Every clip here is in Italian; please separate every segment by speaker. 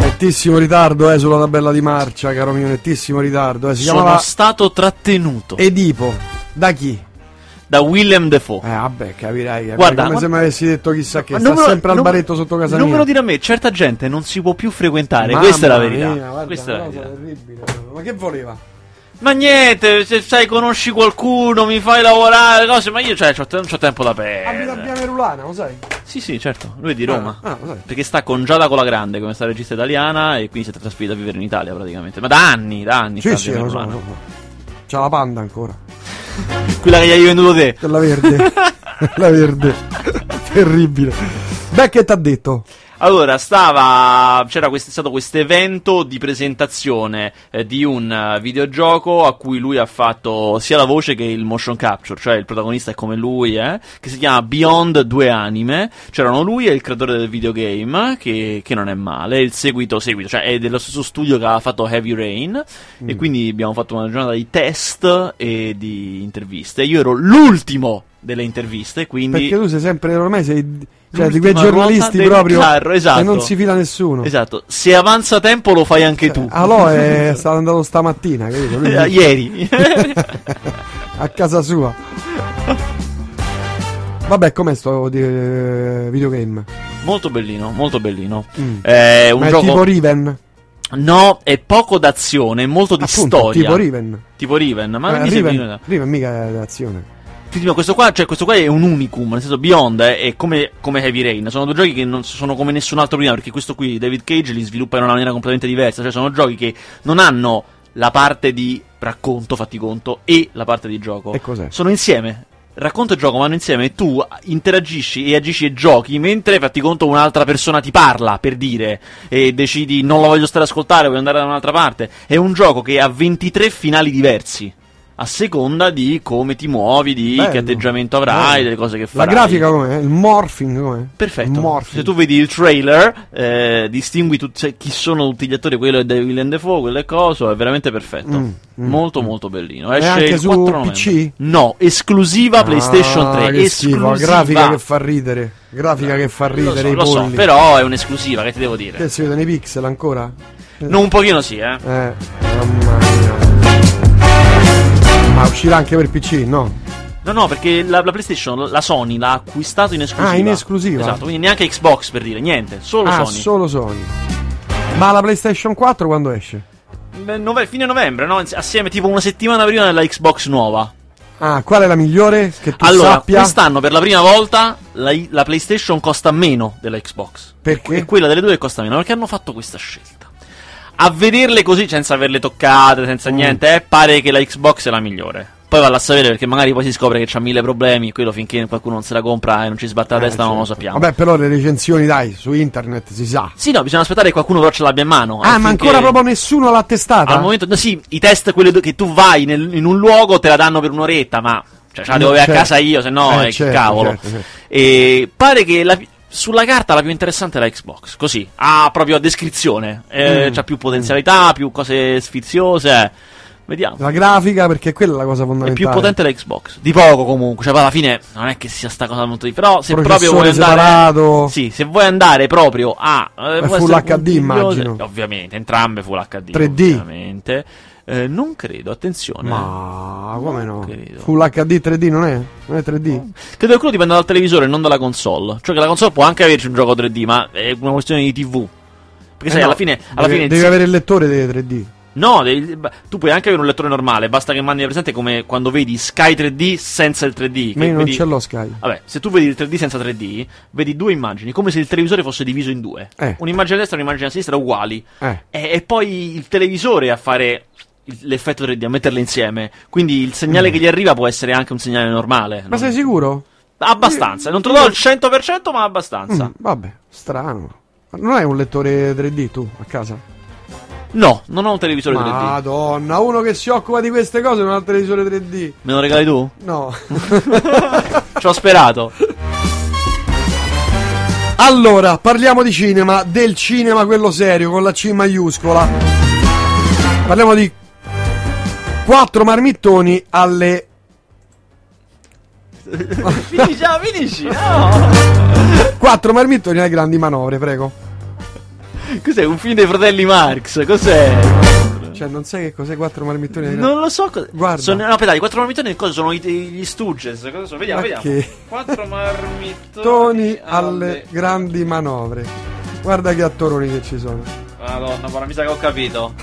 Speaker 1: nettissimo ritardo eh, sulla tabella di marcia, caro mio, nettissimo ritardo. Eh. Si
Speaker 2: Sono
Speaker 1: chiamava
Speaker 2: stato trattenuto
Speaker 1: Edipo. Da chi?
Speaker 2: da Willem Defoe.
Speaker 1: Eh, vabbè, capirai. capirai.
Speaker 2: Guarda,
Speaker 1: come
Speaker 2: ma-
Speaker 1: se mi avessi detto chissà che.
Speaker 2: Ma
Speaker 1: Sta
Speaker 2: non me lo-
Speaker 1: sempre al
Speaker 2: non-
Speaker 1: baretto sotto casa
Speaker 2: Non
Speaker 1: mia.
Speaker 2: me lo dire a me, certa gente non si può più frequentare, questa è la
Speaker 1: Mamma
Speaker 2: verità.
Speaker 1: mia, guarda,
Speaker 2: Questa è la
Speaker 1: una cosa
Speaker 2: verità.
Speaker 1: terribile. Ma che voleva?
Speaker 2: Ma niente, se sai conosci qualcuno, mi fai lavorare, cose, ma io cioè, c'ho- non ho tempo da
Speaker 1: Abita a Via
Speaker 2: perdere.
Speaker 1: Merulana, lo sai?
Speaker 2: Sì, sì, certo, lui è di Roma.
Speaker 1: Ah, lo sai.
Speaker 2: Perché sta con Giada con la Grande, come sta regista italiana, e quindi si è trasferita a vivere in Italia praticamente. Ma da anni, da anni.
Speaker 1: Sì,
Speaker 2: sta
Speaker 1: sì,
Speaker 2: vivendo
Speaker 1: lo
Speaker 2: a
Speaker 1: so,
Speaker 2: Milano.
Speaker 1: lo so. C'ha la panda ancora.
Speaker 2: Quella che gli hai venduto te.
Speaker 1: Quella verde. la verde. Terribile. Beh, che t'ha detto?
Speaker 2: Allora, stava. C'era questo- stato questo evento di presentazione eh, di un eh, videogioco a cui lui ha fatto sia la voce che il motion capture, cioè il protagonista è come lui, eh, che si chiama Beyond Due Anime. C'erano lui e il creatore del videogame, che, che non è male. Il seguito, seguito, cioè è dello stesso studio che ha fatto Heavy Rain. E quindi abbiamo fatto una giornata di test e di interviste. Io ero l'ultimo delle interviste, quindi.
Speaker 1: Perché tu sei sempre, ormai sei. Cioè, di quei
Speaker 2: L'ultima ruota
Speaker 1: giornalisti
Speaker 2: del
Speaker 1: proprio.
Speaker 2: carro, esatto.
Speaker 1: E non si fila nessuno.
Speaker 2: Esatto, se avanza tempo lo fai anche tu.
Speaker 1: Aloe è stato andato stamattina, capito? Lui
Speaker 2: Eh, Ieri.
Speaker 1: a casa sua. Vabbè, com'è sto di- eh, videogame?
Speaker 2: molto bellino, molto bellino.
Speaker 1: Mm.
Speaker 2: È Eh, un
Speaker 1: Ma è
Speaker 2: gioco
Speaker 1: tipo Riven.
Speaker 2: No, è poco d'azione, molto di
Speaker 1: Appunto,
Speaker 2: storia.
Speaker 1: tipo Riven.
Speaker 2: Tipo Riven, ma non
Speaker 1: Eh,
Speaker 2: mi sembra
Speaker 1: Riven, Riven mica è d'azione.
Speaker 2: Ti dico, questo qua, cioè, questo qua è un unicum, nel senso Beyond è, è come, come Heavy Rain, sono due giochi che non sono come nessun altro prima, perché questo qui David Cage li sviluppa in una maniera completamente diversa, cioè sono giochi che non hanno la parte di racconto, fatti conto, e la parte di gioco.
Speaker 1: E cos'è?
Speaker 2: Sono insieme. Racconto e gioco vanno insieme. e Tu interagisci e agisci e giochi mentre fatti conto un'altra persona ti parla per dire e decidi non la voglio stare ad ascoltare, voglio andare da un'altra parte. È un gioco che ha 23 finali diversi. A seconda di come ti muovi, di
Speaker 1: Bello.
Speaker 2: che atteggiamento avrai,
Speaker 1: Bello.
Speaker 2: delle cose che
Speaker 1: Eh, La
Speaker 2: farai.
Speaker 1: grafica com'è? Il morphing com'è?
Speaker 2: Perfetto.
Speaker 1: Morphing.
Speaker 2: Se tu vedi il trailer, eh, distingui tut- cioè, chi sono tutti gli attori, quello è David Willem Dafoe, quello è coso, è veramente perfetto.
Speaker 1: Mm, mm,
Speaker 2: molto molto bellino.
Speaker 1: E
Speaker 2: Esce
Speaker 1: anche
Speaker 2: il
Speaker 1: su
Speaker 2: 4 novembre.
Speaker 1: PC?
Speaker 2: No, esclusiva PlayStation
Speaker 1: Ah,
Speaker 2: 3,
Speaker 1: che schifo,
Speaker 2: esclusiva. Eh,
Speaker 1: grafica che fa ridere. Grafica che fa
Speaker 2: lo so,
Speaker 1: ridere
Speaker 2: lo
Speaker 1: i
Speaker 2: so,
Speaker 1: polli.
Speaker 2: però è un'esclusiva, che ti devo dire?
Speaker 1: Che si vedono i pixel ancora?
Speaker 2: No, un pochino sì, eh.
Speaker 1: Eh, mamma mia. Ma uscirà anche per PC, no?
Speaker 2: No, no, perché la, la PlayStation, la Sony l'ha acquistato in esclusiva.
Speaker 1: Ah, in esclusiva.
Speaker 2: Esatto, quindi neanche Xbox per dire, niente, solo
Speaker 1: ah,
Speaker 2: Sony.
Speaker 1: solo Sony. Ma la PlayStation 4 quando esce?
Speaker 2: Beh, nove- fine novembre, no? Assieme tipo una settimana prima della Xbox nuova.
Speaker 1: Ah, qual è la migliore che tu
Speaker 2: Allora,
Speaker 1: sappia?
Speaker 2: quest'anno per la prima volta la, la PlayStation costa meno della Xbox.
Speaker 1: Perché?
Speaker 2: E quella delle due costa meno, perché hanno fatto questa scelta. A vederle così, senza averle toccate, senza
Speaker 1: Mm.
Speaker 2: niente, eh, pare che la Xbox è la migliore. Poi valla a sapere perché magari poi si scopre che c'ha mille problemi, quello finché qualcuno non se la compra e non ci sbatte la
Speaker 1: Eh,
Speaker 2: testa non lo
Speaker 1: certo.
Speaker 2: sappiamo.
Speaker 1: Vabbè, però le recensioni, dai, su internet si sa.
Speaker 2: Sì, no, bisogna aspettare che qualcuno però ce l'abbia in mano. eh,
Speaker 1: Ah, ma
Speaker 2: affinché-
Speaker 1: ancora proprio nessuno l'ha testata?
Speaker 2: Al momento, no, sì, i test quelli do- che tu vai nel- in un luogo te la danno per un'oretta, ma cioè, ce la devo
Speaker 1: Mm,
Speaker 2: avere a
Speaker 1: certo.
Speaker 2: casa io, se no,
Speaker 1: Eh,
Speaker 2: eh,
Speaker 1: certo,
Speaker 2: cavolo.
Speaker 1: certo, certo.
Speaker 2: E pare che la pi- sulla carta la più interessante è la Xbox, così, ha proprio a descrizione, eh,
Speaker 1: Mm.
Speaker 2: c'ha più potenzialità, più cose sfiziose, eh. vediamo.
Speaker 1: La grafica, perché quella è la cosa
Speaker 2: È
Speaker 1: fondamentale.
Speaker 2: più potente la Xbox. Di poco comunque, cioè poi alla fine non è che sia sta cosa molto di però se proprio
Speaker 1: Processore
Speaker 2: vuoi andare
Speaker 1: separato.
Speaker 2: Sì, se vuoi andare proprio a
Speaker 1: Beh,
Speaker 2: eh, può
Speaker 1: Full
Speaker 2: essere un
Speaker 1: HD,
Speaker 2: migliore-
Speaker 1: immagino.
Speaker 2: Ovviamente, entrambe full HD
Speaker 1: 3D.
Speaker 2: ovviamente. Eh, non credo, attenzione.
Speaker 1: Ma come no?
Speaker 2: eh. Credo.
Speaker 1: Full HD 3D non è? Non è 3D?
Speaker 2: Credo che quello dipenda dal televisore e non dalla console. Cioè che la console può anche averci un gioco 3D, ma è una questione di TV. Perché sai,
Speaker 1: Eh no,
Speaker 2: alla fine, alla
Speaker 1: devi,
Speaker 2: fine
Speaker 1: devi avere il lettore dei 3D.
Speaker 2: No, devi- beh, tu puoi anche avere un lettore normale, basta che mandi presente come quando vedi Sky 3D senza il 3D.
Speaker 1: Ma
Speaker 2: che
Speaker 1: io non
Speaker 2: vedi-
Speaker 1: ce l'ho Sky.
Speaker 2: Vabbè, se tu vedi il 3D senza 3D, vedi due immagini, come se il televisore fosse diviso in due.
Speaker 1: Eh.
Speaker 2: Un'immagine a destra e un'immagine a sinistra uguali.
Speaker 1: Eh.
Speaker 2: E, e poi il televisore a fare il- l'effetto 3D, a metterle insieme. Quindi il segnale che gli arriva può essere anche un segnale normale.
Speaker 1: Mm. Ma
Speaker 2: non-
Speaker 1: sei sicuro?
Speaker 2: Abbastanza. Non te lo do al 100%, ma abbastanza.
Speaker 1: Mm, vabbè, strano. Ma Non hai un lettore 3D tu a casa?
Speaker 2: No, non ho un televisore 3D.
Speaker 1: Madonna, uno che si occupa di queste cose non ha il televisore 3D.
Speaker 2: Me lo regali tu?
Speaker 1: No.
Speaker 2: Ci ho sperato.
Speaker 1: allora, parliamo di cinema, del cinema quello serio, con la C maiuscola. Parliamo di quattro marmittoni alle...
Speaker 2: finisci, no, finisci. No.
Speaker 1: Quattro marmittoni alle grandi manovre, prego.
Speaker 2: Cos'è? Un film dei fratelli Marx? Cos'è?
Speaker 1: Cioè, non sai che cos'è quattro marmittoni? dei-
Speaker 2: Non lo so. cosa-
Speaker 1: Guarda.
Speaker 2: Sono, no, pedali, quattro marmitoni che cosa sono I- gli Stooges? Cosa sono? Vediamo,
Speaker 1: Ma
Speaker 2: vediamo.
Speaker 1: che-
Speaker 2: Quattro marmittoni
Speaker 1: Toni alle grandi manovre. Guarda che attoroni che ci sono.
Speaker 2: Madonna, guarda, mi sa che ho capito.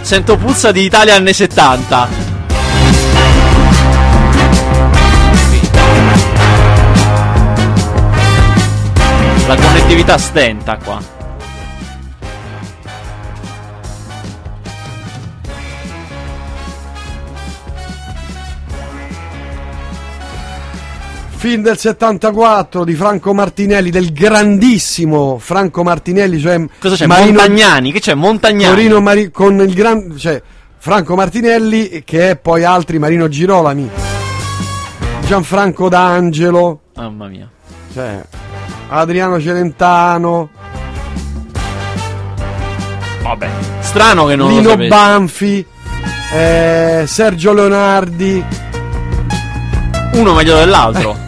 Speaker 2: Sento puzza di Italia anni 70. La connettività stenta qua.
Speaker 1: Film del 74 di Franco Martinelli, del grandissimo Franco Martinelli, cioè
Speaker 2: Cosa c'è?
Speaker 1: Marino-
Speaker 2: Montagnani? Che c'è? Montagnani?
Speaker 1: Torino Mari- con il gran cioè Franco Martinelli che è poi altri Marino Girolami. Gianfranco D'Angelo,
Speaker 2: Mamma mia.
Speaker 1: cioè Adriano Celentano,
Speaker 2: Vabbè. Strano che non lo
Speaker 1: Lino
Speaker 2: sapessi.
Speaker 1: Banfi, eh, Sergio Leonardi,
Speaker 2: Uno meglio dell'altro.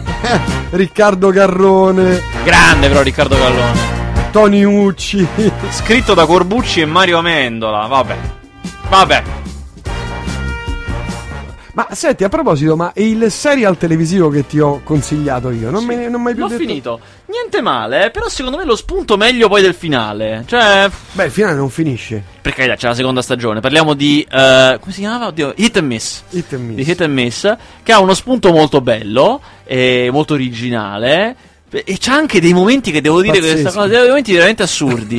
Speaker 1: Riccardo Garrone,
Speaker 2: Grande però Riccardo Gallone.
Speaker 1: Tony Ucci.
Speaker 2: Scritto da Corbucci e Mario Amendola. Vabbè. Vabbè.
Speaker 1: Ma senti, a proposito, ma il serial televisivo che ti ho consigliato io, non
Speaker 2: Sì.
Speaker 1: me ne non mi hai più
Speaker 2: L'ho
Speaker 1: detto?
Speaker 2: finito. Niente male, eh, però secondo me lo spunto meglio poi del finale. Cioè,
Speaker 1: Beh, il finale non finisce.
Speaker 2: per carità, c'è la seconda stagione. Parliamo di. eh, come si chiamava? Oddio, Hit and Miss.
Speaker 1: Hit and miss.
Speaker 2: Di Hit and Miss, che ha uno spunto molto bello, e molto originale. E c'ha anche dei momenti che devo dire che
Speaker 1: Pazzeschi.
Speaker 2: questa cosa. Dei momenti veramente assurdi.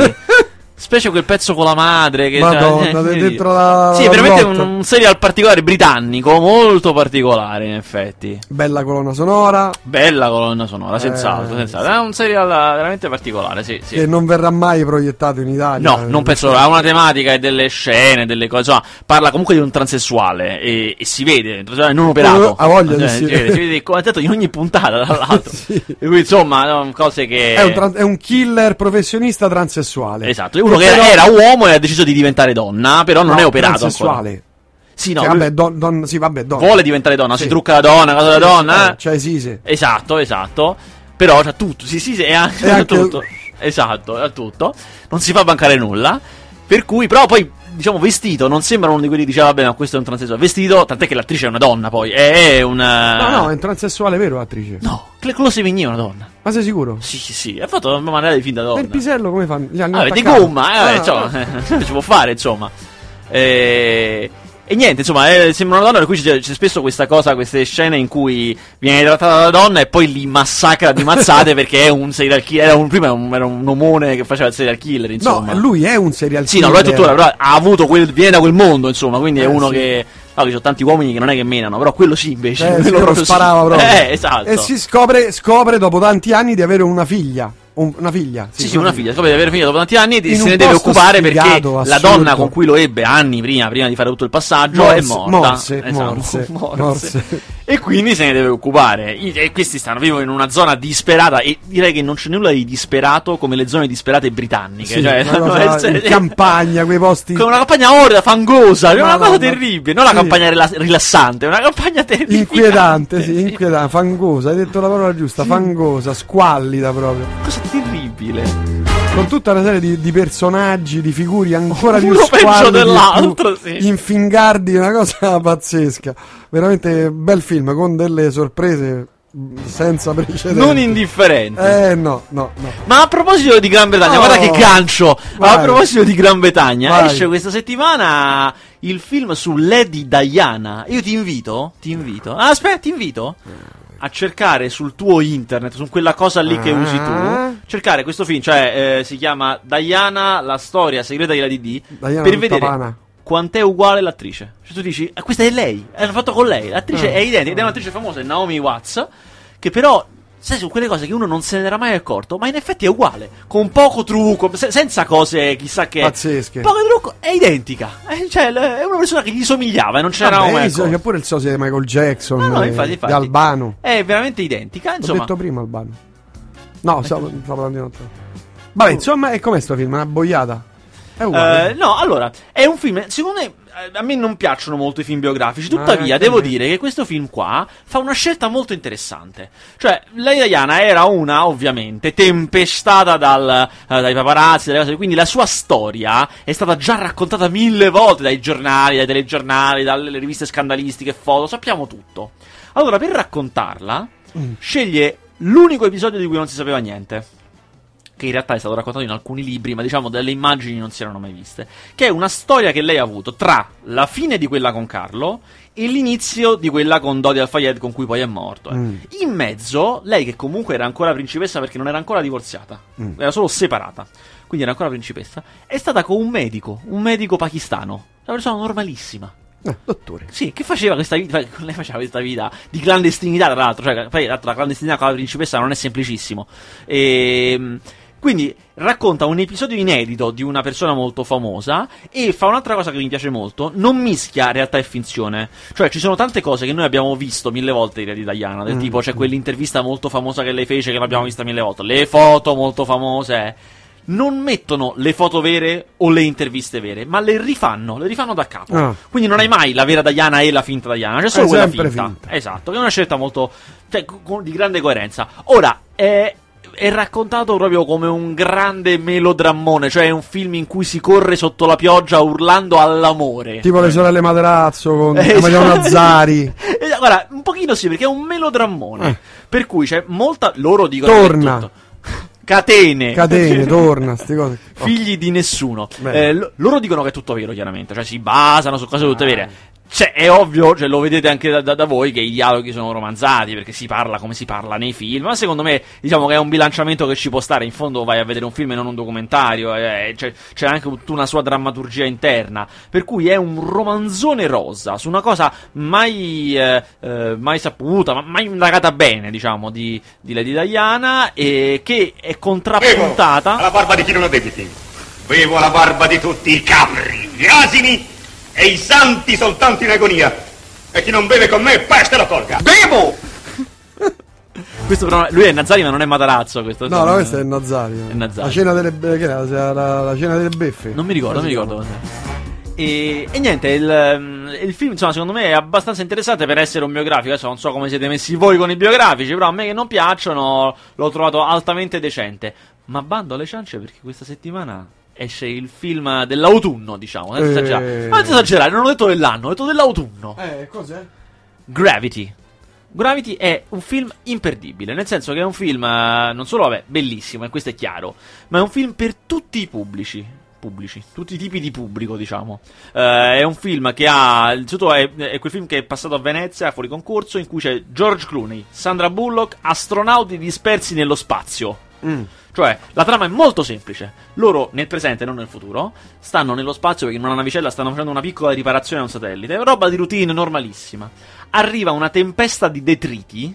Speaker 2: Specie quel pezzo con la madre che
Speaker 1: Madonna,
Speaker 2: cioè, eh,
Speaker 1: de-
Speaker 2: sì.
Speaker 1: dentro la-
Speaker 2: Sì,
Speaker 1: la
Speaker 2: veramente un,
Speaker 1: grotta.
Speaker 2: un serial particolare britannico, molto particolare in effetti.
Speaker 1: Bella colonna sonora
Speaker 2: Bella colonna sonora, senz'altro,
Speaker 1: Eh,
Speaker 2: senz'altro. È un serial eh, veramente particolare, sì, sì.
Speaker 1: che non verrà mai proiettato in Italia.
Speaker 2: No, non penso, ha una tematica e delle scene, delle cose, insomma, parla comunque di un transessuale e, e si vede, un transessuale non operato.
Speaker 1: Ha voglia di
Speaker 2: Cioè,
Speaker 1: si
Speaker 2: si
Speaker 1: vede.
Speaker 2: vede, si vede, come detto, in ogni puntata, tra l'altro.
Speaker 1: Sì.
Speaker 2: E quindi, insomma, no, cose che...
Speaker 1: È un, tran- è un killer professionista transessuale.
Speaker 2: Esatto, è uno che
Speaker 1: però-
Speaker 2: era, era uomo e ha deciso di diventare donna, però non
Speaker 1: no,
Speaker 2: è operato ancora.
Speaker 1: Transessuale.
Speaker 2: Sì, no,
Speaker 1: Cioè,
Speaker 2: lui
Speaker 1: vabbè, don- don- sì, vabbè, donna.
Speaker 2: vuole diventare donna,
Speaker 1: Sì.
Speaker 2: si trucca la donna, cosa da
Speaker 1: Sì,
Speaker 2: donna.
Speaker 1: eh, Cioè, sì, sì.
Speaker 2: Esatto, esatto. Però c'ha tutto, sì, sì, sì, è anche,
Speaker 1: E
Speaker 2: ha
Speaker 1: anche-
Speaker 2: tutto. Esatto, ha tutto. Non si fa bancare nulla. Per cui, però poi, diciamo, vestito, non sembra uno di quelli che diceva, "Ah, vabbè, ma questo è un transessuale. Vestito, tant'è che l'attrice è una donna, poi. È una...
Speaker 1: No, no, è un transessuale vero, attrice.
Speaker 2: No, Cl- Chloe Sevigny è una donna.
Speaker 1: Ma sei sicuro?
Speaker 2: Sì, sì, sì. Ha fatto una maniera di fin da donna.
Speaker 1: Nel pisello come fanno? Gli hanno
Speaker 2: Ah, di
Speaker 1: attaccato?
Speaker 2: gomma, eh,
Speaker 1: Ah,
Speaker 2: cioè,
Speaker 1: ah.
Speaker 2: ci può fare, insomma. E, e niente, insomma, eh, sembra una donna, per cui c'è, c'è spesso questa cosa, queste scene in cui viene trattata la donna e poi li massacra di mazzate perché è un serial killer, era un, prima era un, era un omone che faceva il serial killer, insomma.
Speaker 1: No, lui è un serial
Speaker 2: Sì, no,
Speaker 1: killer.
Speaker 2: lo è tuttora, però ha avuto quel, viene da quel mondo, insomma, quindi è
Speaker 1: Eh,
Speaker 2: uno
Speaker 1: sì.
Speaker 2: che... No, che ci sono tanti uomini che non è che menano, però quello sì invece.
Speaker 1: Eh,
Speaker 2: quello
Speaker 1: sì, lo
Speaker 2: proprio sì.
Speaker 1: sparava proprio.
Speaker 2: Eh, esatto.
Speaker 1: E si scopre, scopre dopo tanti anni di avere una figlia. Un- una figlia.
Speaker 2: Sì, sì, una figlia, scopre di aver finito dopo tanti anni
Speaker 1: In
Speaker 2: e se
Speaker 1: un
Speaker 2: ne deve
Speaker 1: posto
Speaker 2: occupare perché
Speaker 1: sfigato,
Speaker 2: la
Speaker 1: assurdo.
Speaker 2: donna con cui lo ebbe anni prima, prima di fare tutto il passaggio, è
Speaker 1: Morse,
Speaker 2: morta.
Speaker 1: morse,
Speaker 2: Esatto,
Speaker 1: morse, morse.
Speaker 2: E quindi se ne deve occupare. I- E questi stanno vivono in una zona disperata e direi che non c'è nulla di disperato come le zone disperate britanniche.
Speaker 1: Sì,
Speaker 2: cioè,
Speaker 1: una
Speaker 2: no,
Speaker 1: cosa
Speaker 2: cioè,
Speaker 1: in campagna, quei posti.
Speaker 2: Con una campagna orrida, fangosa, cioè, una
Speaker 1: Madonna.
Speaker 2: cosa terribile. Non la
Speaker 1: Sì.
Speaker 2: campagna rila- rilassante, una campagna terribile.
Speaker 1: Inquietante, sì, inquietante, fangosa, hai detto la parola giusta, fangosa, squallida proprio.
Speaker 2: Cosa terribile.
Speaker 1: Con tutta una serie di, di personaggi, di figuri ancora più
Speaker 2: Uno peggio
Speaker 1: squallidi,
Speaker 2: dell'altro,
Speaker 1: più
Speaker 2: sì.
Speaker 1: infingardi, una cosa pazzesca. Veramente bel film con delle sorprese mh, senza precedenti.
Speaker 2: Non indifferente.
Speaker 1: Eh no, no, no.
Speaker 2: Ma a proposito di Gran Bretagna,
Speaker 1: Oh.
Speaker 2: guarda che gancio!
Speaker 1: Vai.
Speaker 2: A proposito di Gran Bretagna,
Speaker 1: Vai.
Speaker 2: esce questa settimana il film su Lady Diana. Io ti invito, ti invito. Ah, aspetta, ti invito a cercare sul tuo internet, su quella cosa lì che
Speaker 1: Ah.
Speaker 2: usi tu, cercare questo film, cioè eh, si chiama Diana, la storia segreta di Lady D,
Speaker 1: Diana
Speaker 2: per
Speaker 1: tutta
Speaker 2: vedere
Speaker 1: pana.
Speaker 2: quant'è uguale l'attrice. Cioè tu dici, "Ah, questa è lei, eh, l'hanno fatto con lei, l'attrice
Speaker 1: Ah.
Speaker 2: è identica, ed è un'attrice famosa, è Naomi Watts, che però, sai, su quelle cose che uno non se ne era mai accorto, ma in effetti è uguale, con poco trucco, se- senza cose chissà che...
Speaker 1: Pazzesche.
Speaker 2: Poco trucco, è identica, Eh, cioè l- è una persona che gli somigliava e non c'era ecco.
Speaker 1: Vabbè,
Speaker 2: mai
Speaker 1: so-
Speaker 2: accorto.
Speaker 1: c'è pure il sosia di Michael Jackson,
Speaker 2: No, no,
Speaker 1: eh,
Speaker 2: infatti, infatti.
Speaker 1: di Albano.
Speaker 2: È veramente identica,
Speaker 1: L'ho
Speaker 2: insomma.
Speaker 1: detto prima Albano.
Speaker 2: Uh.
Speaker 1: No, stavo, stavo parlando di un altro. Vabbè, insomma, e com'è sto film? Una boiata. È uguale.
Speaker 2: Eh, no, allora, è un film. Secondo me. eh, A me non piacciono molto i film biografici,
Speaker 1: Ma anche
Speaker 2: tuttavia
Speaker 1: a
Speaker 2: devo
Speaker 1: me.
Speaker 2: dire che questo film qua fa una scelta molto interessante. Cioè, la Diana era una, ovviamente, tempestata dal- eh, dai paparazzi, dalle cose, quindi la sua storia è stata già raccontata mille volte dai giornali, dai telegiornali, dalle riviste scandalistiche, foto, sappiamo tutto. Allora, per raccontarla,
Speaker 1: Mm.
Speaker 2: sceglie l'unico episodio di cui non si sapeva niente. Che in realtà è stato raccontato in alcuni libri, ma diciamo delle immagini non si erano mai viste. Che è una storia che lei ha avuto tra la fine di quella con Carlo e l'inizio di quella con Dodi Al-Fayed, con cui poi è morto. eh.
Speaker 1: Mm.
Speaker 2: In mezzo, lei che comunque era ancora principessa perché non era ancora divorziata,
Speaker 1: Mm.
Speaker 2: era solo separata, quindi era ancora principessa, è stata con un medico, un medico pakistano, una persona normalissima.
Speaker 1: Eh, dottore.
Speaker 2: Sì, che faceva questa vita? Lei faceva questa vita di clandestinità, tra l'altro. Cioè, poi, tra l'altro, la clandestinità con la principessa non è semplicissimo. Ehm, Quindi racconta un episodio inedito di una persona molto famosa e fa un'altra cosa che mi piace molto, non mischia realtà e finzione. Cioè ci sono tante cose che noi abbiamo visto mille volte di Lady Diana, del
Speaker 1: Mm.
Speaker 2: tipo c'è quell'intervista molto famosa che lei fece che l'abbiamo vista mille volte, le foto molto famose, eh. non mettono le foto vere o le interviste vere, ma le rifanno, le rifanno da capo.
Speaker 1: Ah.
Speaker 2: Quindi non hai mai la vera Diana e la finta Diana, c'è solo
Speaker 1: È
Speaker 2: quella
Speaker 1: sempre
Speaker 2: finta.
Speaker 1: finta.
Speaker 2: Esatto, che è una scelta molto cioè, co- co- di grande coerenza. Ora è è raccontato proprio come un grande melodrammone, cioè è un film in cui si corre sotto la pioggia urlando all'amore.
Speaker 1: Tipo le sorelle Materazzo con
Speaker 2: Eh, esatto.
Speaker 1: Maria Nazzari.
Speaker 2: Eh, Guarda, un pochino sì, perché è un melodrammone.
Speaker 1: Eh.
Speaker 2: Per cui c'è molta. Loro dicono. che è
Speaker 1: Torna.
Speaker 2: tutto. Catene.
Speaker 1: Catene, torna, ste cose. Oh.
Speaker 2: Figli di nessuno.
Speaker 1: Bene.
Speaker 2: Eh, lo- loro dicono che è tutto vero, chiaramente. Cioè, si basano su cose tutte vere. Cioè, è ovvio, cioè, lo vedete anche da, da- da voi, che i dialoghi sono romanzati, perché si parla come si parla nei film. Ma secondo me, diciamo che è un bilanciamento che ci può stare. In fondo vai a vedere un film e non un documentario. eh, c'è, c'è anche tutta una sua drammaturgia interna. Per cui è un romanzone rosa su una cosa mai, eh, eh, mai saputa, ma mai indagata bene, diciamo, di, di Lady Diana, e che è
Speaker 3: Bevo
Speaker 2: contrappuntata.
Speaker 3: alla barba di chi non ha debiti. Bevo la barba di tutti i capri, gli asini e i santi soltanto in agonia. E chi non beve con me, peste lo colga. Bevo!
Speaker 2: Questo però lui è Nazzari ma non è Matarazzo questo.
Speaker 1: No, no, questa è Nazzari.
Speaker 2: È Nazzari.
Speaker 1: La cena delle, be- che era? La- la- la cena delle beffe.
Speaker 2: Non mi ricordo, non mi ricordo cos'è. E, e niente, il, ehm, il film insomma secondo me è abbastanza interessante per essere un biografico, adesso non so come siete messi voi con i biografici, però a me che non piacciono l'ho trovato altamente decente. Ma bando alle ciance perché questa settimana esce il film dell'autunno, diciamo, senza
Speaker 1: Eh.
Speaker 2: esagerare. Ma senza esagerare, non ho detto dell'anno, ho detto dell'autunno.
Speaker 1: Eh, cos'è?
Speaker 2: Gravity. Gravity è un film imperdibile, nel senso che è un film eh, non solo vabbè, bellissimo, e questo è chiaro, ma è un film per tutti i pubblici. Pubblici, tutti i tipi di pubblico, diciamo. Eh, è un film che ha. Innanzitutto è, è quel film che è passato a Venezia fuori concorso, in cui c'è George Clooney, Sandra Bullock, astronauti dispersi nello spazio.
Speaker 1: Mm.
Speaker 2: Cioè, la trama è molto semplice. Loro, nel presente, non nel futuro, stanno nello spazio perché in una navicella stanno facendo una piccola riparazione a un satellite. Roba di routine normalissima. Arriva una tempesta di detriti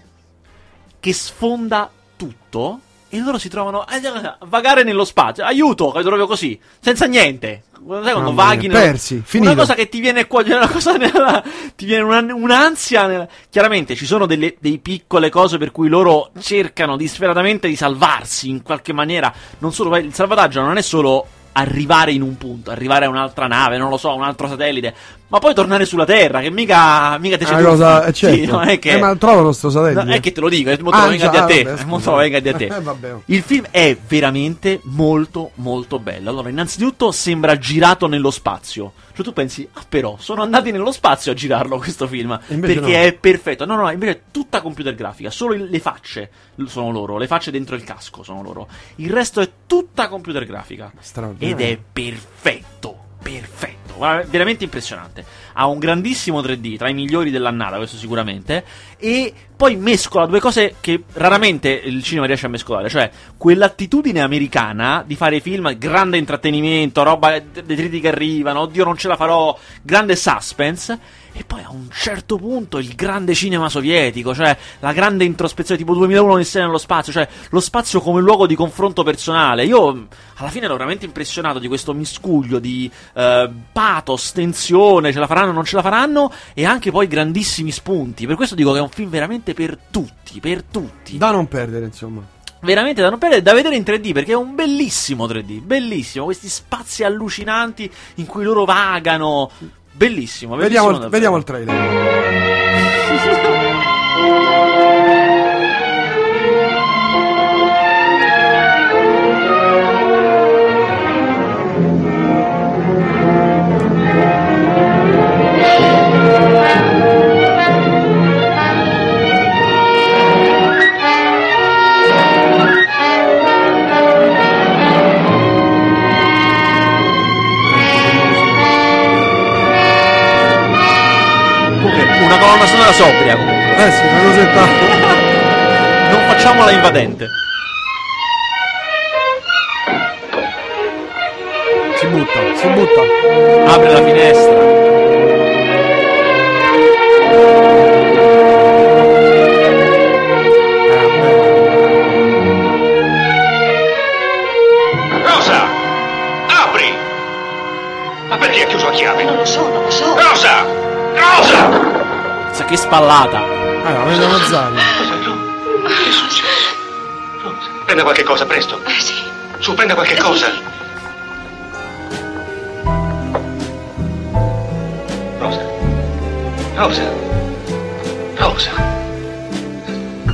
Speaker 2: che sfonda tutto e loro si trovano a a vagare nello spazio. Aiuto, che proprio così, senza niente. Sai
Speaker 1: Mamma
Speaker 2: quando
Speaker 1: mia,
Speaker 2: vaghi nello-
Speaker 1: persi, finito.
Speaker 2: Una cosa che ti viene qua, una cosa nella- ti viene una- un'ansia. nella- Chiaramente ci sono delle dei piccole cose per cui loro cercano disperatamente di salvarsi in qualche maniera. Non solo, poi il salvataggio non è solo arrivare in un punto, arrivare a un'altra nave, non lo so, un altro satellite, ma poi tornare sulla Terra, che mica mica te
Speaker 1: Una
Speaker 2: tuffi.
Speaker 1: cosa, eh,
Speaker 2: Sì,
Speaker 1: certo.
Speaker 2: non è che
Speaker 1: Eh, ma trovano sto satellite.
Speaker 2: No, è che te lo dico, è molto
Speaker 1: Ah,
Speaker 2: venga
Speaker 1: già,
Speaker 2: di a te.
Speaker 1: vabbè,
Speaker 2: è molto
Speaker 1: scusa.
Speaker 2: venga di a te.
Speaker 1: Eh, vabbè.
Speaker 2: Il film è veramente molto molto bello. Allora, innanzitutto sembra girato nello spazio. Cioè tu pensi, ah però, sono andati nello spazio a girarlo questo film.
Speaker 1: E invece
Speaker 2: perché
Speaker 1: no.
Speaker 2: è perfetto. No, no, no, invece è tutta computer grafica. Solo il- le facce l- sono loro, le facce dentro il casco sono loro. Il resto è tutta computer grafica. Ed
Speaker 1: Straordinario.
Speaker 2: è perfetto, perfetto, guarda, veramente impressionante. Ha un grandissimo 3D, tra i migliori dell'annata, questo sicuramente. E poi mescola due cose che raramente il cinema riesce a mescolare, cioè quell'attitudine americana di fare film, grande intrattenimento, roba detriti che arrivano, oddio non ce la farò, grande suspense. E poi a un certo punto il grande cinema sovietico, cioè la grande introspezione tipo 2001 Odissea nello spazio, cioè lo spazio come luogo di confronto personale. Io mh, alla fine ero veramente impressionato di questo miscuglio di eh, pathos, tensione, ce la faranno o non ce la faranno e anche poi grandissimi spunti. Per questo dico che è un film veramente per tutti, per tutti.
Speaker 1: Da non perdere, insomma.
Speaker 2: Veramente da non perdere, da vedere in 3D perché è un bellissimo 3D, bellissimo, questi spazi allucinanti in cui loro vagano, bellissimo.
Speaker 1: Vediamo,
Speaker 2: bellissimo
Speaker 1: il- vediamo il trailer.
Speaker 2: Comunque, una colonna sonora sobria comunque,
Speaker 1: Eh sì, una cosetta.
Speaker 2: non facciamola invadente.
Speaker 1: Si butta, si butta.
Speaker 2: Apre la finestra.
Speaker 3: Rosa! Apri! Ma perché ha chiuso la chiave?
Speaker 4: Non lo so, non lo so.
Speaker 3: Rosa! Rosa!
Speaker 2: Sa che spallata.
Speaker 1: Ah, vedo lo zaino.
Speaker 3: Che è successo? Rosa, Prenda qualche cosa, presto.
Speaker 4: Eh sì.
Speaker 3: Su, prenda qualche cosa. Rosa. Rosa. Rosa.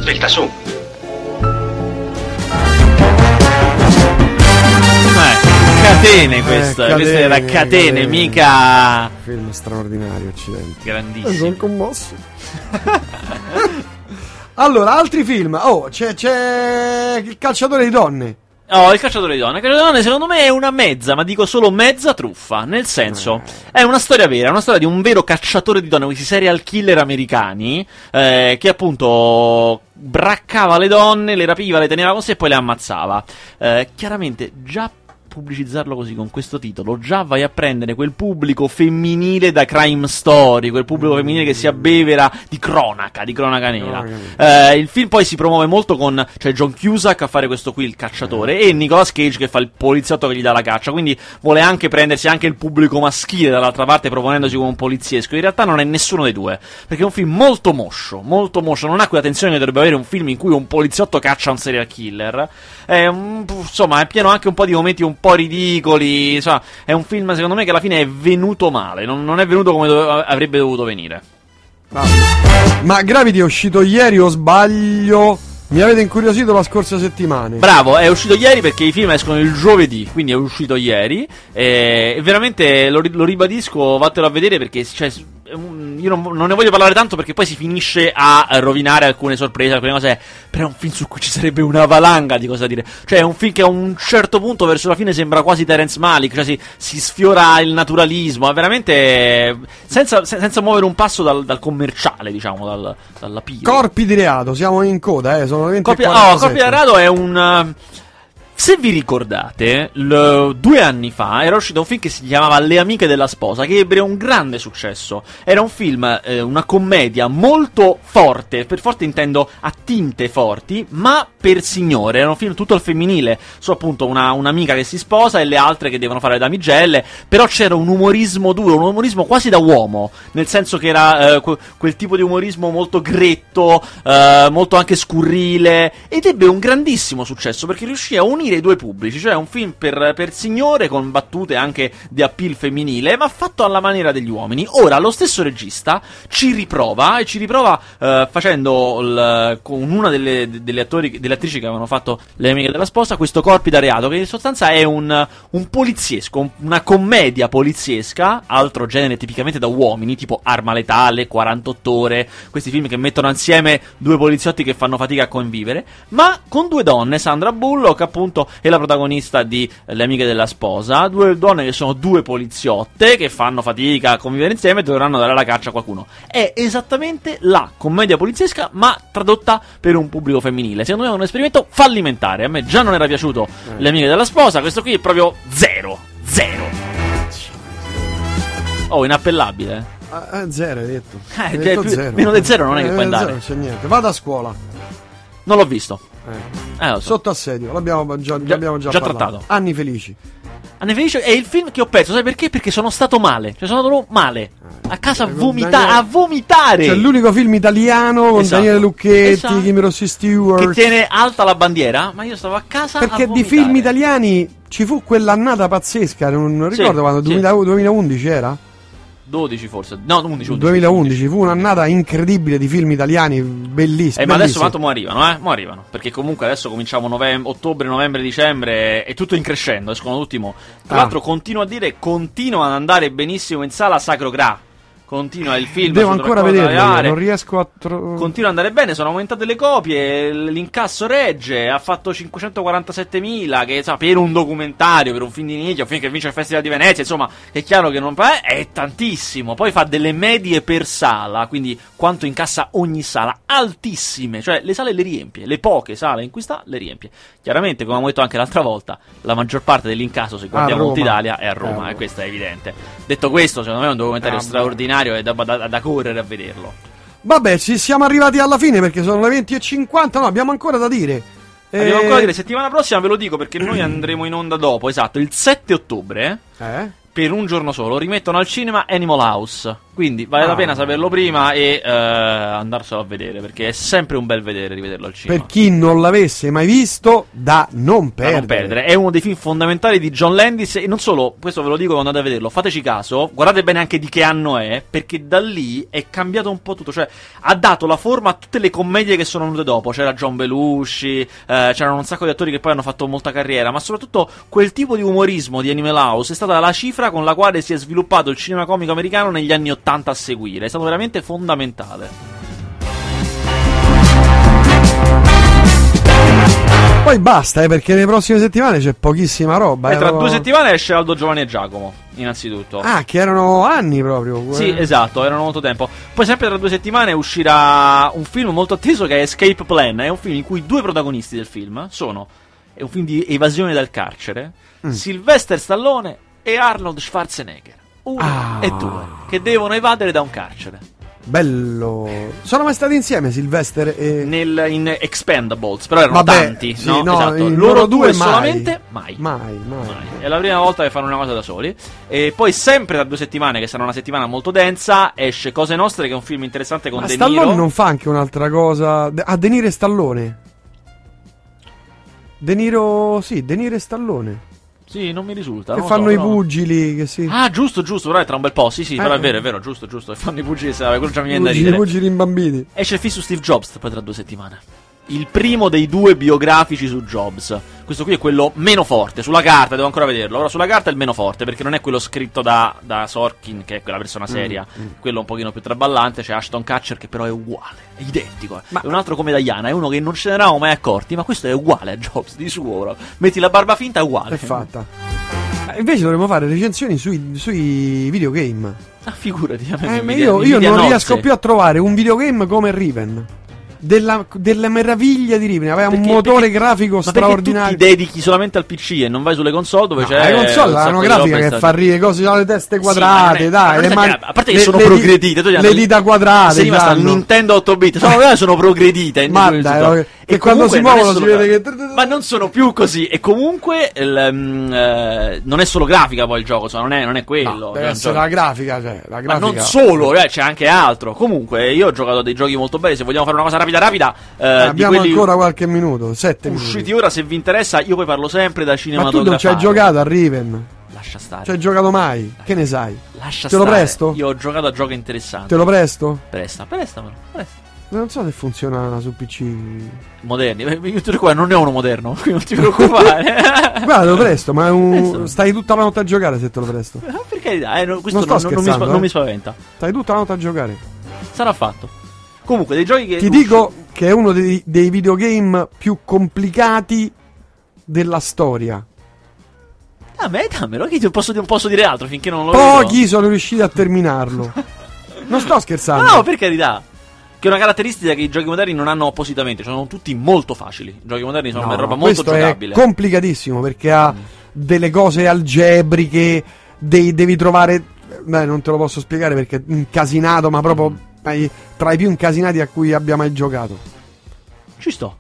Speaker 3: Svelta su.
Speaker 2: Eh, catene questa,
Speaker 1: Eh,
Speaker 2: questa era
Speaker 1: catene,
Speaker 2: catene,
Speaker 1: catene.
Speaker 2: mica
Speaker 1: Film straordinario, accidenti.
Speaker 2: grandissimo.
Speaker 1: commosso. allora, altri film. Oh, c'è, c'è il calciatore di donne.
Speaker 2: Oh, il cacciatore di donne. Il cacciatore di donne, secondo me, è una mezza, ma dico solo mezza truffa. Nel senso, è una storia vera, è una storia di un vero cacciatore di donne, questi serial killer americani, eh, che appunto braccava le donne, le rapiva, le teneva con sé e poi le ammazzava. Eh, chiaramente, già pubblicizzarlo così con questo titolo, già vai a prendere quel pubblico femminile da crime story, quel pubblico femminile che si abbevera di cronaca, di cronaca nera.
Speaker 1: Cronaca
Speaker 2: Eh, il film poi si promuove molto con c'è John Cusack a fare questo qui il cacciatore e Nicolas Cage che fa il poliziotto che gli dà la caccia, quindi vuole anche prendersi anche il pubblico maschile dall'altra parte proponendosi come un poliziesco. In realtà non è nessuno dei due, perché è un film molto moscio, molto moscio, non ha quella tensione che dovrebbe avere un film in cui un poliziotto caccia un serial killer. È un- insomma, è pieno anche un po' di momenti un po' ridicoli, insomma, è un film secondo me che alla fine è venuto male, non, non è venuto come dove- avrebbe dovuto venire.
Speaker 1: Ma Gravity è uscito ieri o sbaglio? Mi avete incuriosito la scorsa settimana.
Speaker 2: Bravo, è uscito ieri perché i film escono il giovedì, quindi è uscito ieri. E veramente lo, ri- lo ribadisco, vattelo a vedere perché cioè, s- è un- io non, non ne voglio parlare tanto perché poi si finisce a rovinare alcune sorprese, alcune cose. Però è un film su cui ci sarebbe una valanga di cosa dire. Cioè, è un film che a un certo punto verso la fine sembra quasi Terence Malik, cioè si, si sfiora il naturalismo, è veramente senza, se- senza muovere un passo dal, dal commerciale, diciamo, dal, dalla pira.
Speaker 1: Corpi di reato, siamo in coda, eh. Sono 20
Speaker 2: Coppia, oh, Coppia Rado è un. uh, Se vi ricordate, l- due anni fa era uscito un film che si chiamava Le amiche della sposa, che ebbe un grande successo. Era un film, eh, una commedia molto forte, per forte intendo a tinte forti, ma per signore. Era un film tutto al femminile, su appunto una- un'amica che si sposa e le altre che devono fare le damigelle, però c'era un umorismo duro, un umorismo quasi da uomo, nel senso che era eh, que- quel tipo di umorismo molto gretto, eh, molto anche scurrile, ed ebbe un grandissimo successo perché riuscì a unire i due pubblici, cioè un film per, per signore con battute anche di appeal femminile, ma fatto alla maniera degli uomini. Ora lo stesso regista ci riprova e ci riprova eh, facendo il- con una delle, delle attori- delle attrici che avevano fatto Le amiche della sposa questo corpi da reato che in sostanza è un, un poliziesco, un- una commedia poliziesca, altro genere tipicamente da uomini, tipo Arma Letale, 48 Ore, questi film che mettono insieme due poliziotti che fanno fatica a convivere, ma con due donne, Sandra Bullock appunto è la protagonista di eh, Le amiche della sposa, due donne che sono due poliziotte che fanno fatica a convivere insieme e dovranno dare la caccia a qualcuno. È esattamente la commedia poliziesca ma tradotta per un pubblico femminile. Secondo me è un esperimento fallimentare, a me già non era piaciuto Le amiche della sposa, questo qui è proprio zero, zero. Oh, inappellabile.
Speaker 1: Ah, eh, zero, hai detto.
Speaker 2: Eh,
Speaker 1: Hai
Speaker 2: cioè,
Speaker 1: detto
Speaker 2: più- meno di zero non è che
Speaker 1: Eh,
Speaker 2: puoi
Speaker 1: meno di
Speaker 2: andare.
Speaker 1: zero Non c'è niente. Vado a scuola.
Speaker 2: Non l'ho visto.
Speaker 1: Eh.
Speaker 2: Eh, lo so.
Speaker 1: Sotto assedio, l'abbiamo già, ne
Speaker 2: Già-
Speaker 1: abbiamo già,
Speaker 2: già
Speaker 1: parlato.
Speaker 2: trattato.
Speaker 1: Anni felici.
Speaker 2: Annihilation è il film che ho perso, sai perché? Perché sono stato male. Cioè, sono andato male.
Speaker 1: Eh,
Speaker 2: A casa a,
Speaker 1: Con
Speaker 2: vomita-
Speaker 1: Daniele-
Speaker 2: a vomitare.
Speaker 1: Cioè, l'unico film italiano con
Speaker 2: Esatto.
Speaker 1: Daniele Lucchetti,
Speaker 2: Esatto.
Speaker 1: Kimi Rossi
Speaker 2: che
Speaker 1: Stewart.
Speaker 2: tiene alta la bandiera, ma io stavo a casa
Speaker 1: Perché di
Speaker 2: a vomitare.
Speaker 1: film italiani ci fu quell'annata pazzesca, non non
Speaker 2: Sì,
Speaker 1: ricordo quando,
Speaker 2: sì.
Speaker 1: 2000 2011 era?
Speaker 2: 12 forse. No, 11, 11.
Speaker 1: 2011, fu un'annata incredibile di film italiani, bellissima.
Speaker 2: Eh, ma adesso
Speaker 1: bellissima.
Speaker 2: tanto mo arrivano, eh? Mo arrivano. Perché comunque adesso cominciamo novem- ottobre, novembre, dicembre. È tutto in crescendo. Escono tutti mo. Tra
Speaker 1: Ah.
Speaker 2: l'altro, continuo a dire, continua ad andare benissimo in sala Sacro Gra. Continua il film.
Speaker 1: Devo
Speaker 2: su
Speaker 1: ancora
Speaker 2: Dracula
Speaker 1: vederlo, io,
Speaker 2: Italiare.
Speaker 1: non riesco a... tro-
Speaker 2: Continua ad andare bene, sono aumentate le copie, l- l'incasso regge, ha fatto 547.000, che sa, per un documentario, per un film di nicchia, un film che vince il Festival di Venezia, insomma, è chiaro che non fa, eh, è tantissimo. Poi fa delle medie per sala, quindi quanto incassa ogni sala, altissime, cioè le sale le riempie, le poche sale in cui sta le riempie. Chiaramente, come abbiamo detto anche l'altra volta, la maggior parte dell'incasso, se guardiamo
Speaker 1: Roma.
Speaker 2: Monte Italia, è a
Speaker 1: È a
Speaker 2: Roma,
Speaker 1: Roma.
Speaker 2: e questo è evidente. Detto questo, secondo me è un documentario
Speaker 1: Ah, beh.
Speaker 2: straordinario e da- da- da correre a vederlo.
Speaker 1: Vabbè, ci siamo arrivati alla fine perché sono le 20.50, no, abbiamo ancora da dire.
Speaker 2: Abbiamo
Speaker 1: Eh,
Speaker 2: ancora da dire, settimana prossima ve lo dico perché noi andremo in onda dopo, esatto, il 7 ottobre,
Speaker 1: Eh?
Speaker 2: per un giorno solo, rimettono al cinema Animal House. Quindi vale
Speaker 1: Ah.
Speaker 2: la pena saperlo prima e eh, andarselo a vedere perché è sempre un bel vedere rivederlo al cinema.
Speaker 1: Per chi non l'avesse mai visto, da non
Speaker 2: Da
Speaker 1: perdere.
Speaker 2: non perdere. È uno dei film fondamentali di John Landis e non solo, questo ve lo dico quando andate a vederlo, fateci caso, guardate bene anche di che anno è, perché da lì è cambiato un po' tutto, cioè ha dato la forma a tutte le commedie che sono venute dopo, c'era John Belushi, eh, c'erano un sacco di attori che poi hanno fatto molta carriera, ma soprattutto quel tipo di umorismo di Animal House è stata la cifra con la quale si è sviluppato il cinema comico americano negli anni 80 a seguire, è stato veramente fondamentale.
Speaker 1: Poi basta, eh, perché nelle prossime settimane c'è pochissima roba.
Speaker 2: e
Speaker 1: eh,
Speaker 2: tra due
Speaker 1: proprio-
Speaker 2: settimane esce Aldo Giovanni e Giacomo, innanzitutto.
Speaker 1: Ah, che erano anni proprio.
Speaker 2: Sì,
Speaker 1: eh.
Speaker 2: esatto, erano molto tempo. Poi sempre tra due settimane uscirà un film molto atteso che è Escape Plan, è un film in cui due protagonisti del film sono è un film di evasione dal carcere,
Speaker 1: Mm.
Speaker 2: Sylvester Stallone e Arnold Schwarzenegger. Uno
Speaker 1: Ah.
Speaker 2: e due che devono evadere da un carcere.
Speaker 1: Bello. Sono mai stati insieme Silvester e...
Speaker 2: Nel, in Expendables, però erano
Speaker 1: Vabbè,
Speaker 2: tanti,
Speaker 1: sì,
Speaker 2: no?
Speaker 1: no,
Speaker 2: Esatto,
Speaker 1: i
Speaker 2: Loro
Speaker 1: loro
Speaker 2: due
Speaker 1: due mai.
Speaker 2: solamente mai.
Speaker 1: Mai, mai.
Speaker 2: Mai. È la prima volta che fanno una cosa da soli. E poi, sempre da due settimane, che sarà una settimana molto densa, esce Cose Nostre, che è un film interessante con
Speaker 1: Ma
Speaker 2: De
Speaker 1: Stallone
Speaker 2: Niro.
Speaker 1: non fa anche un'altra cosa. De- Ah, Denire Stallone. De Niro, sì, De Niro e Stallone.
Speaker 2: Sì, non mi risulta.
Speaker 1: Che
Speaker 2: non lo
Speaker 1: fanno
Speaker 2: so,
Speaker 1: i
Speaker 2: però-
Speaker 1: pugili, che sì.
Speaker 2: Ah, giusto, giusto, però è tra un bel po'. Sì, sì,
Speaker 1: Eh.
Speaker 2: però è vero, è vero, giusto, giusto. Fanno i pugili, se- quello già mi viene da
Speaker 1: pugili,
Speaker 2: ridere.
Speaker 1: pugili imbambiti.
Speaker 2: Esce il film su Steve Jobs poi tra due settimane. Il primo dei due biografici su Jobs. Questo qui è quello meno forte. Sulla carta, devo ancora vederlo. Ora, sulla carta è il meno forte perché non è quello scritto da, da Sorkin, che è quella persona
Speaker 1: Mm,
Speaker 2: seria. Quello un pochino più traballante. C'è Ashton Catcher, che però è uguale, è identico. eh.
Speaker 1: Ma-
Speaker 2: È un altro come Diana, è uno che non ce ne eravamo mai accorti. Ma questo è uguale a Jobs di suo. ora. Metti la barba finta, è uguale.
Speaker 1: È fatta. Ma Invece dovremmo fare recensioni sui, sui videogame.
Speaker 2: Ah, figurati. a me
Speaker 1: Eh,
Speaker 2: mi
Speaker 1: ma
Speaker 2: invidia-
Speaker 1: io,
Speaker 2: mi
Speaker 1: io
Speaker 2: invidia
Speaker 1: non
Speaker 2: nozze.
Speaker 1: riesco più a trovare un videogame come Riven. Della, della meraviglia di Riven. Aveva
Speaker 2: Perché-
Speaker 1: un motore
Speaker 2: perché-
Speaker 1: grafico
Speaker 2: ma perché
Speaker 1: straordinario.
Speaker 2: tu ti dedichi solamente al PC e non vai sulle console dove
Speaker 1: No,
Speaker 2: c'è.
Speaker 1: la console
Speaker 2: un
Speaker 1: ha
Speaker 2: sacco
Speaker 1: una
Speaker 2: di roba
Speaker 1: grafica che
Speaker 2: installata.
Speaker 1: fa ridere cose, ha le teste
Speaker 2: Sì, ma
Speaker 1: quadrate,
Speaker 2: non è-
Speaker 1: dai,
Speaker 2: ma non
Speaker 1: le
Speaker 2: è
Speaker 1: mani-
Speaker 2: chiaro, a parte che
Speaker 1: le-
Speaker 2: sono
Speaker 1: le di-
Speaker 2: progredite, tu gli
Speaker 1: le
Speaker 2: hanno-
Speaker 1: dita quadrate,
Speaker 2: Sì, ma sta
Speaker 1: danno.
Speaker 2: Nintendo 8 bit. Sono, eh, sono progredite.
Speaker 1: Ma
Speaker 2: eh,
Speaker 1: dai,
Speaker 2: tutto.
Speaker 1: che- che
Speaker 2: E
Speaker 1: quando
Speaker 2: comunque
Speaker 1: si
Speaker 2: non è
Speaker 1: muovono
Speaker 2: solo
Speaker 1: si vede
Speaker 2: gra-
Speaker 1: che-
Speaker 2: Ma non sono più così. E comunque il, mm, eh, non è solo grafica poi il gioco, insomma, non, è, non è
Speaker 1: No,
Speaker 2: quello.
Speaker 1: deve
Speaker 2: Cioè, un
Speaker 1: essere
Speaker 2: gioco-
Speaker 1: la grafica, cioè, la
Speaker 2: ma
Speaker 1: grafica.
Speaker 2: non solo, eh, c'è anche altro. Comunque, io ho giocato a dei giochi molto belli. Se vogliamo fare una cosa rapida, rapida, eh, di
Speaker 1: Abbiamo
Speaker 2: quelli
Speaker 1: ancora qualche minuto, sette
Speaker 2: usciti
Speaker 1: minuti.
Speaker 2: ora. Se vi interessa, io poi parlo sempre da cinema.
Speaker 1: Ma tu non ci hai giocato a Riven?
Speaker 2: Lascia stare.
Speaker 1: Ci hai giocato mai? Che ne sai?
Speaker 2: Lascia
Speaker 1: Te lo
Speaker 2: stare.
Speaker 1: presto?
Speaker 2: Io ho giocato a giochi
Speaker 1: Te
Speaker 2: interessanti.
Speaker 1: lo presto?
Speaker 2: Presta, prestamelo. Presta.
Speaker 1: Non so se funziona su PC.
Speaker 2: Moderni. Beh, Io ti qua non ne ho uno moderno, quindi non ti preoccupare.
Speaker 1: Guarda, te lo presto, ma è un-
Speaker 2: Adesso-
Speaker 1: stai tutta la notte a giocare se te lo presto.
Speaker 2: Ah, per carità, eh, no, questo
Speaker 1: Non sto
Speaker 2: non, non mi spa-
Speaker 1: scherzando, eh.
Speaker 2: non mi spaventa.
Speaker 1: Stai tutta la notte a giocare.
Speaker 2: Sarà fatto. Comunque, dei giochi che.
Speaker 1: Ti dico che è uno dei, dei videogame più complicati della storia.
Speaker 2: A me, Ah, dammelo, che io posso, non posso dire altro finché non lo
Speaker 1: Pochi sono riusciti a terminarlo. Non sto scherzando.
Speaker 2: vedo. No, per carità. Che è una caratteristica che i giochi moderni non hanno appositamente. Cioè, sono tutti molto facili. I giochi moderni sono
Speaker 1: No,
Speaker 2: una roba molto
Speaker 1: questo
Speaker 2: giocabile. Mm.
Speaker 1: è complicatissimo perché ha delle cose algebriche, dei- devi trovare... Beh, non te lo posso spiegare perché è
Speaker 2: Mm.
Speaker 1: incasinato, ma proprio ai- tra i più incasinati a cui abbia mai giocato.
Speaker 2: Ci sto.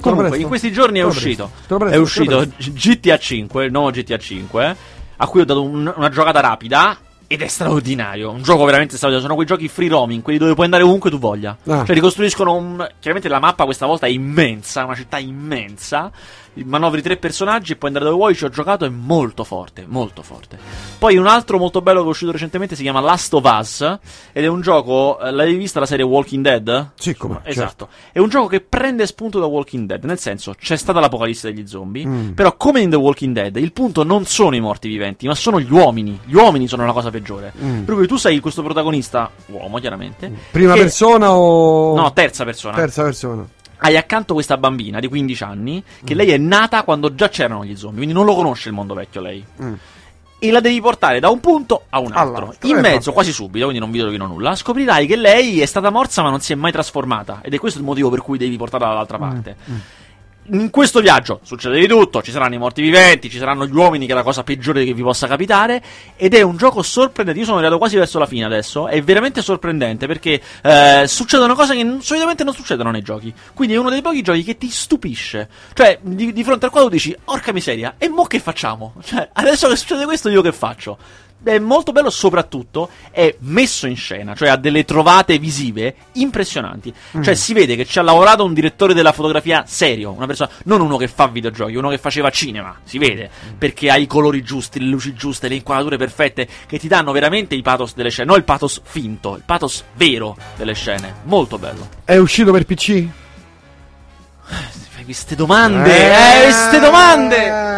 Speaker 2: Comunque,
Speaker 1: presto.
Speaker 2: in questi giorni è
Speaker 1: Te lo
Speaker 2: uscito.
Speaker 1: presto. Te lo presto,
Speaker 2: È
Speaker 1: te lo
Speaker 2: uscito
Speaker 1: presto.
Speaker 2: GTA 5, il nuovo GTA 5, a cui ho dato un- una giocata rapida. Ed è straordinario, un gioco veramente straordinario. Sono quei giochi free roaming, quelli dove puoi andare ovunque tu voglia.
Speaker 1: Ah.
Speaker 2: Cioè, ricostruiscono un. Chiaramente la mappa questa volta è immensa, una città immensa. Manovri tre personaggi e puoi andare dove vuoi. Ci ho giocato, è molto forte, molto forte. Poi un altro molto bello che è uscito recentemente si chiama Last of Us. Ed è un gioco. eh, L'hai vista la serie Walking Dead?
Speaker 1: Sì, come, certo.
Speaker 2: Esatto. È un gioco che prende spunto da Walking Dead. Nel senso, c'è stata l'apocalisse degli zombie.
Speaker 1: Mm.
Speaker 2: Però, come in The Walking Dead, il punto non sono i morti viventi, ma sono gli uomini. Gli uomini sono la cosa peggiore.
Speaker 1: Mm.
Speaker 2: Per cui tu sei questo protagonista, uomo chiaramente.
Speaker 1: Prima
Speaker 2: che-
Speaker 1: persona o.
Speaker 2: No, terza persona.
Speaker 1: terza persona.
Speaker 2: Hai accanto questa bambina di 15 anni, che lei è nata quando già c'erano gli zombie, quindi non lo conosce il mondo vecchio lei.
Speaker 1: Mm.
Speaker 2: E la devi portare da un punto a un altro.
Speaker 1: All'altro, eh,
Speaker 2: In mezzo,
Speaker 1: vabbè.
Speaker 2: quasi subito, quindi non vi rovino nulla, scoprirai che lei è stata morsa ma non si è mai trasformata. Ed è questo il motivo per cui devi portarla dall'altra parte. In questo viaggio succede di tutto, ci saranno i morti viventi, ci saranno gli uomini che è la cosa peggiore che vi possa capitare ed è un gioco sorprendente, io sono arrivato quasi verso la fine adesso, è veramente sorprendente perché eh, succedono cose che non- solitamente non succedono nei giochi, quindi è uno dei pochi giochi che ti stupisce, cioè di, di fronte al quale tu dici, orca miseria, e mo che facciamo? Cioè, adesso che succede questo io che faccio? È molto bello, soprattutto è messo in scena, cioè ha delle trovate visive impressionanti.
Speaker 1: Mm.
Speaker 2: Cioè, si vede che ci ha lavorato un direttore della fotografia serio, una persona, non uno che fa videogiochi, uno che faceva cinema. Si vede
Speaker 1: Mm.
Speaker 2: perché ha i colori giusti, le luci giuste, le inquadrature perfette che ti danno veramente i pathos delle scene, non il pathos finto, il pathos vero delle scene. Molto bello.
Speaker 1: È uscito per PC?
Speaker 2: Fai queste domande, eh, queste domande.
Speaker 1: Eh.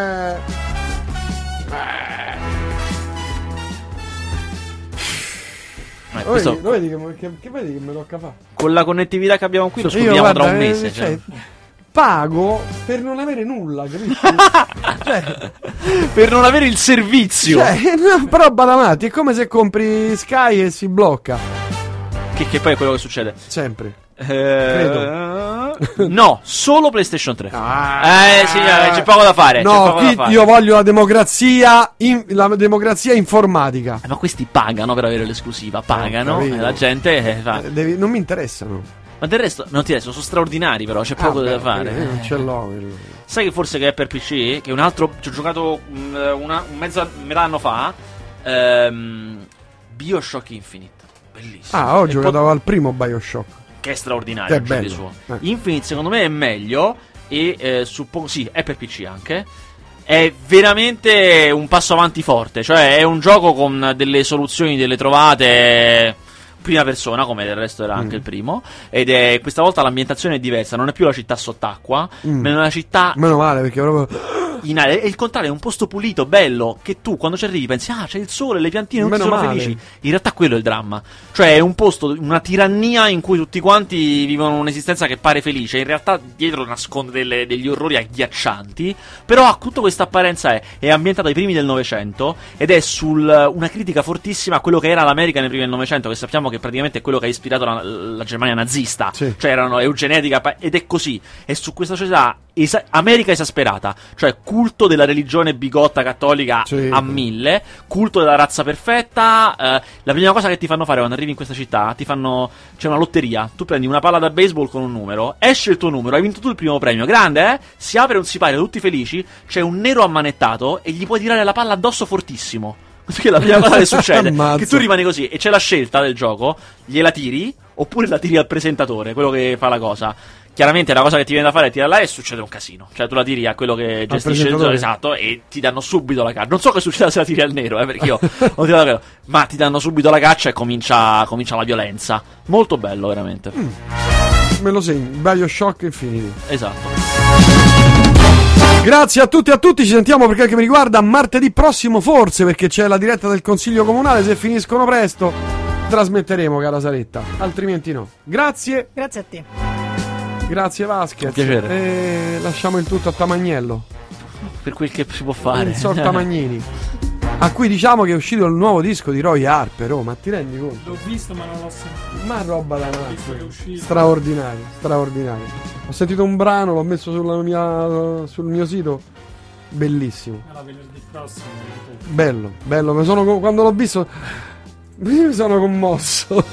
Speaker 2: Eh,
Speaker 1: Lo vedi,
Speaker 2: questo-
Speaker 1: lo vedi che, che- che vedi che me l'ho capato?
Speaker 2: con la connettività che abbiamo qui lo
Speaker 1: Io,
Speaker 2: scopriamo tra
Speaker 1: guarda,
Speaker 2: un
Speaker 1: eh,
Speaker 2: mese. cioè.
Speaker 1: cioè, pago per non avere nulla, capisci? cioè,
Speaker 2: Per non avere il servizio.
Speaker 1: cioè, no, però badamati, è come se compri Sky e si blocca.
Speaker 2: Che, che poi è quello che succede.
Speaker 1: Sempre.
Speaker 2: Eh, No, solo PlayStation 3.
Speaker 1: Ah.
Speaker 2: eh, signore, c'è poco da fare. c'è
Speaker 1: No,
Speaker 2: poco
Speaker 1: qui
Speaker 2: da fare.
Speaker 1: io voglio la democrazia, in- la democrazia informatica.
Speaker 2: Eh, Ma questi pagano per avere l'esclusiva, pagano.
Speaker 1: capito.
Speaker 2: e la gente eh, fa.
Speaker 1: Eh, devi- non mi interessano.
Speaker 2: Ma del resto, non ti adesso, sono straordinari, però c'è poco
Speaker 1: Ah,
Speaker 2: da
Speaker 1: beh,
Speaker 2: fare.
Speaker 1: eh, Non
Speaker 2: Eh.
Speaker 1: ce l'ho. quello.
Speaker 2: Sai che forse che è per PC? Che un altro. Ci ho giocato mm, una, un mezzo metà anno fa. Ehm, Bioshock Infinite. Bellissimo.
Speaker 1: Ah, ho
Speaker 2: E
Speaker 1: giocato
Speaker 2: po-
Speaker 1: al primo Bioshock.
Speaker 2: che è straordinario
Speaker 1: Che è
Speaker 2: il gioco di
Speaker 1: bello.
Speaker 2: suo.
Speaker 1: Eh.
Speaker 2: Infinite secondo me è meglio e eh, suppongo sì, è per PC anche. È veramente un passo avanti forte, cioè è un gioco con delle soluzioni, delle trovate eh, prima persona, come del resto era anche
Speaker 1: Mm.
Speaker 2: il primo, ed è questa volta l'ambientazione è diversa, non è più la città sott'acqua,
Speaker 1: Mm.
Speaker 2: ma è una città
Speaker 1: Meno male perché proprio.
Speaker 2: in aria. E il contrario, è un posto pulito, bello, che tu quando ci arrivi pensi, ah, c'è il sole, le piantine, tutti
Speaker 1: Meno
Speaker 2: sono
Speaker 1: male.
Speaker 2: felici. In realtà quello è il dramma. Cioè è un posto, una tirannia in cui tutti quanti vivono un'esistenza che pare felice. In realtà dietro nasconde delle- degli orrori agghiaccianti. Però ha tutta questa apparenza è, è ambientata ai primi del Novecento ed è su una critica fortissima a quello che era l'America nei primi del Novecento, che sappiamo che praticamente è quello che ha ispirato la, la Germania nazista.
Speaker 1: Sì.
Speaker 2: Cioè erano eugenetica pa- ed è così. È su questa società esa- America esasperata, cioè culto della religione bigotta cattolica
Speaker 1: Sì.
Speaker 2: a mille, culto della razza perfetta. eh, la prima cosa che ti fanno fare quando arrivi in questa città, ti fanno c'è una lotteria. Tu prendi una palla da baseball con un numero, esce il tuo numero, hai vinto tu il primo premio. Grande, eh? Si apre un sipario, tutti felici. C'è un nero ammanettato e gli puoi tirare la palla addosso fortissimo. Che è la prima cosa che succede
Speaker 1: Ammazza.
Speaker 2: che tu rimani così e c'è la scelta del gioco, gliela tiri oppure la tiri al presentatore, quello che fa la cosa. Chiaramente la cosa che ti viene da fare è tirarla e succede un casino. Cioè tu la tiri a quello che gestisce il gioco,
Speaker 1: presentatore.
Speaker 2: esatto, e ti danno subito la caccia. Non so che succeda se la tiri al nero, eh, perché io ho tirato al nero. Ma ti danno subito la caccia e comincia, comincia la violenza. Molto bello, veramente.
Speaker 1: Me lo segno. Bioshock Infinity.
Speaker 2: Esatto.
Speaker 1: Grazie a tutti e a tutti. Ci sentiamo per quel che mi riguarda martedì prossimo, forse perché c'è la diretta del Consiglio Comunale. Se finiscono presto, trasmetteremo, cara Saretta. Altrimenti no. Grazie.
Speaker 4: Grazie a te.
Speaker 1: Grazie Vasquez.
Speaker 2: Un piacere.
Speaker 1: E lasciamo il tutto a Tamagnello.
Speaker 2: Per quel che si può fare.
Speaker 1: Il sor Tamagnini. A cui diciamo che è uscito il nuovo disco di Roy Harper, oh, ma ti rendi conto?
Speaker 5: L'ho visto ma non l'ho sentito.
Speaker 1: Ma roba da
Speaker 5: Visto che è
Speaker 1: mazzo.
Speaker 5: uscito.
Speaker 1: Straordinario, straordinario. Ho sentito un brano, l'ho messo sulla mia- sul mio sito. Bellissimo,
Speaker 5: Era venerdì prossimo. YouTube.
Speaker 1: bello, bello. Mi sono, co- quando l'ho visto, mi sono commosso.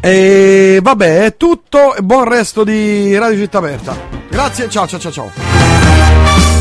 Speaker 1: E vabbè, è tutto. e Buon resto di Radio Città Aperta. Grazie, ciao ciao ciao ciao.